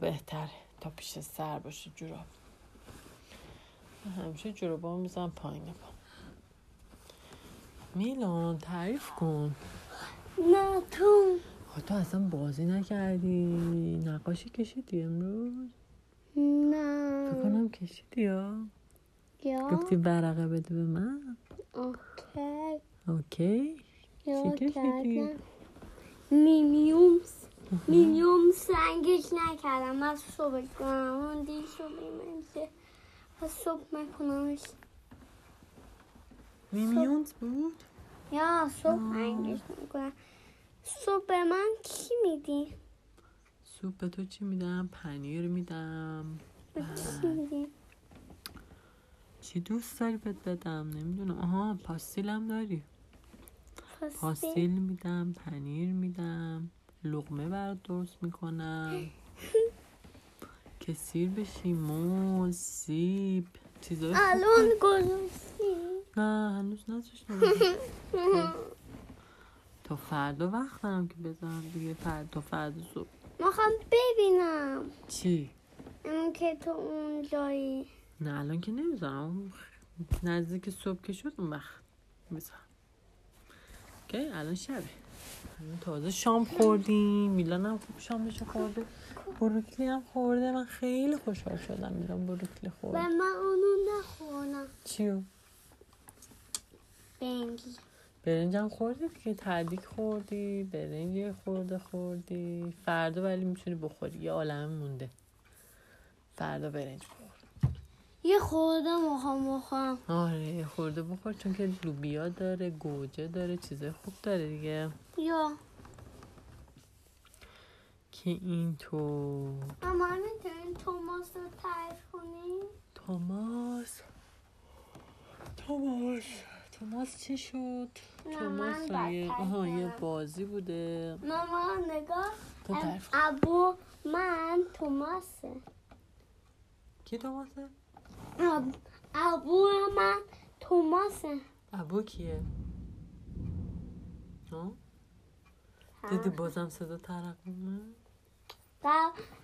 بهتره تا پیش سر باشه جوراب من همیشه جورابامو میزنم پایین پا میلان تعریف کن نه تو خب تو اصلا بازی نکردی نقاشی کشیدی امروز فکر نه کنم کشیدی یا یا گفتی ورقه بده به من اوکی اوکی یا چی کشیدی؟ کردم مینیومز مینیوم سنگش نکردم از صبح کنم اون دیر صبح من از صبح میکنمش میمیونز بود یا صبح انگش میکنم صبح به من چی میدی؟ سوپ به تو چی میدم پنیر میدم به چی میدی؟ چی دوست داری بهت بدم نمیدونم آها پاستیلم داری پاستیل پاستیل میدم پنیر میدم لقمه برات درست میکنم کسیر بشی موز سیب چیزای خوب. الان گذاشتی نه هنوز نذاشتم تا فردا وقتم که بزنم دیگه فردا تا فردا صبح میخوام ببینم چی اون که تو اون جایی نه الان که نمیزنم نزدیک صبح که شد اون وقت میزنم اوکی الان شبه الان تازه شام خوردیم میلان هم خوب شامش خورده بروکلی هم خورده من خیلی خوشحال شدم میلان بروکلی و خورد من اونو نخورم چیو بنگی برنج هم خوردی دیگه تردیک خوردی برنج یه خورده خوردی فردا ولی میتونی بخوری یه عالم مونده فردا برنج بخور یه خوردم میخوام بخورم آره یه خورده بخور چون که لوبیا داره گوجه داره چیزای خوب داره دیگه یا که این تو اما میتونی توماس رو تعریف کنی؟ توماس توماس توماس چه شد نه، توماس من یه بدتر آها یه کردم. بازی بوده ماما نگاه تو تعریف کن. ابو من توماسه کی توماسه اب- ابو من توماسه ابو کیه ها دیدی بازم صدا ترقمه و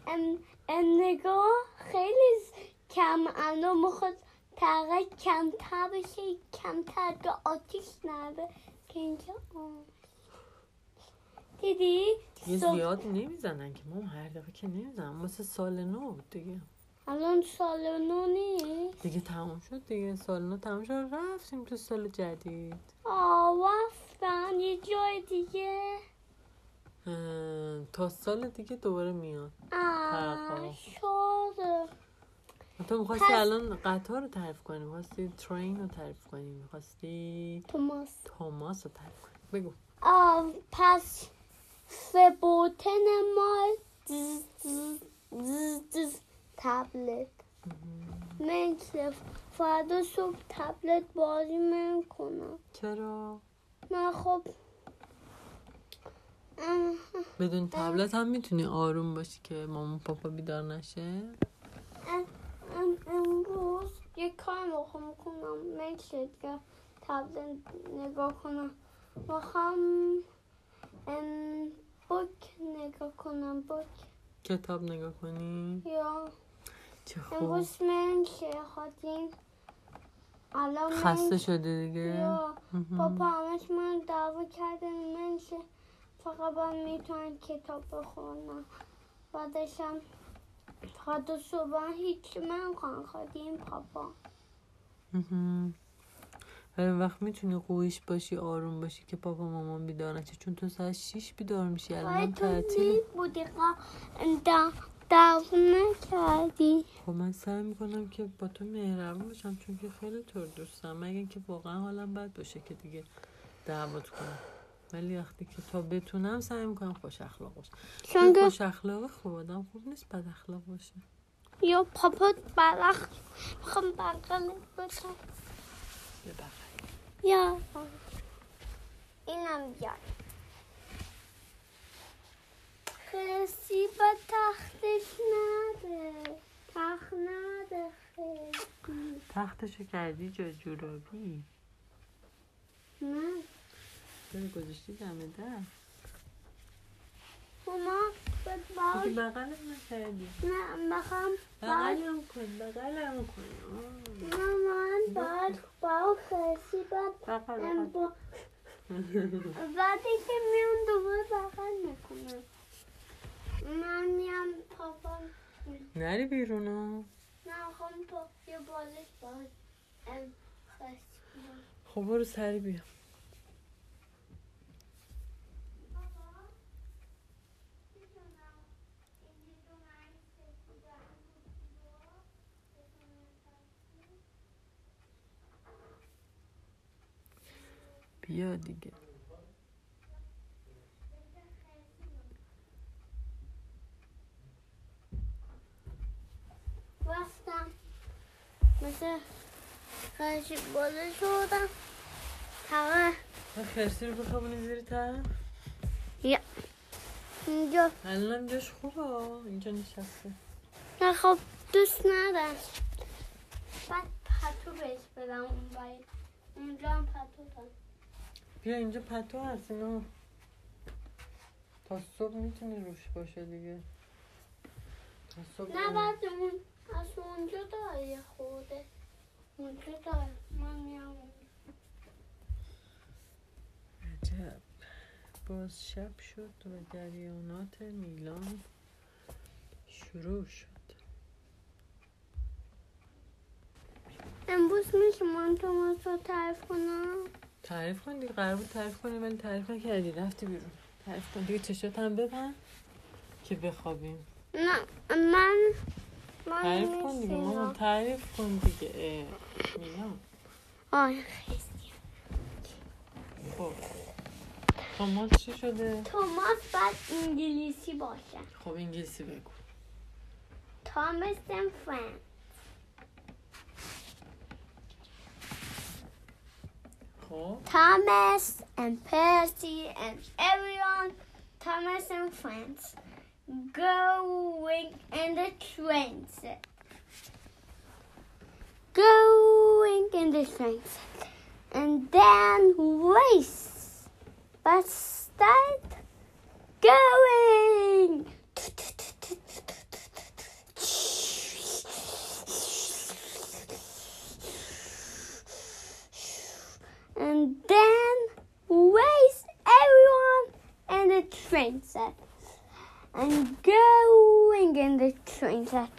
ام- ام نگاه خیلی ز- کم انا میخواد تقه کمتر بشه کمتر به آتیش نره که اینجا آه. دیدی یه صبح- زیاد نمیزنن که ما هر دفعه که نمیزنن مثل سال نو بود دیگه الان سال نو نیست دیگه تموم شد دیگه سال نو تموم شد رفتیم تو سال جدید آه رفتن یه جای دیگه اه، تا سال دیگه دوباره میاد آه تقه. شده تو میخواستی پس- الان قطار رو تعریف کنی میخواستی ترین رو تعریف کنی میخواستی توماس توماس رو تعریف کنی بگو آه پس فبوتن ما دز- دز- دز- دز تبلت مثل فردا صبح تبلت بازی من کنم چرا نه خب اه، بدون تبلت هم میتونی آروم باشی که مامان پاپا بیدار نشه اه، ام- امروز یه کار میخوام کنم مثل دیگه تبلت نگاه کنم میخوام ام، بوک نگاه کنم بوک کتاب نگاه کنی یا چه خوب امروز من که خواهدیم الان من خسته شده دیگه یا مهم. پاپا همش من دعوا کرده من که فقط من میتونم کتاب بخونم بعدشم تا دو صبح هیچ من خواهم خواهدیم پاپا مهم. ولی اون وقت میتونی قویش باشی آروم باشی که پاپا مامان بیدار نشه چون تو ساعت شیش بیدار میشی الان باید تو تعطیل نی بودی قا- دعوا نکردی خب من سعی میکنم که با تو مهربون باشم چون که خیلی تو رو دوست دارم مگه اینکه واقعا حالم بد باشه که دیگه دعوت کنم ولی وقتی که تا بتونم سعی میکنم خوش اخلاق باشم چون که خوش اخلاق خوب آدم خوب نیست بد اخلاق باشه یا پاپا برخ میخوام بغلت باشم ببخشید یا اینم بیار خسی با تختش نده تخت نده خسی تختشو کردی جا جورابی نه چرا گذاشتی دم در ماما باید باهاش دیگه بغلم نکردی نه میخوام باهاش بغلم کن بغلم کن آه. نه من باهاش باهاش خیلی باید بغل ام، بغل با- وقتی که میام دوباره بغل میکنم من میام پاپا نری بیرون ها. نه میخوام پا یه بالش باهاش ام، خرس کنم. خب برو سری بیا بیا دیگه رفتم مثل خرشی بالا شدم تقه من خرسی رو بخوابونی زیر تن یا اینجا الانم جاش خوبه ها. اینجا نشسته نه خب دوست ندارم بعد پتو بهش بدم اون باید اونجا هم پتو دارم بیا اینجا پتو هست اینا تا صبح میتونی روش باشه دیگه تا صبح نه اون- بعد اون از اونجا داره یه خورده اونجا داره من میام اونجا. عجب باز شب شد و جریانات میلان شروع شد امروز میشه من تو رو تعریف کنم تعریف کن دیگه قرار بود تعریف کنی ولی تعریف نکردی رفتی بیرون تعریف کن دیگه چشات هم ببند که بخوابیم نه من من تعریف کن دیگه نیستم. مامان تعریف کن دیگه اه، میلان آی خیلی خب توماس خب، چی شده؟ توماس باید انگلیسی باشه خب انگلیسی بگو توماس and فرانک خب Thomas and Percy and everyone, Thomas and friends, going in the trains. Going in the trains. And then race. But start going. and then race everyone in the train set and going in the train set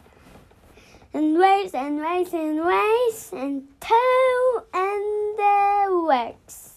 and race and race and race until and the works.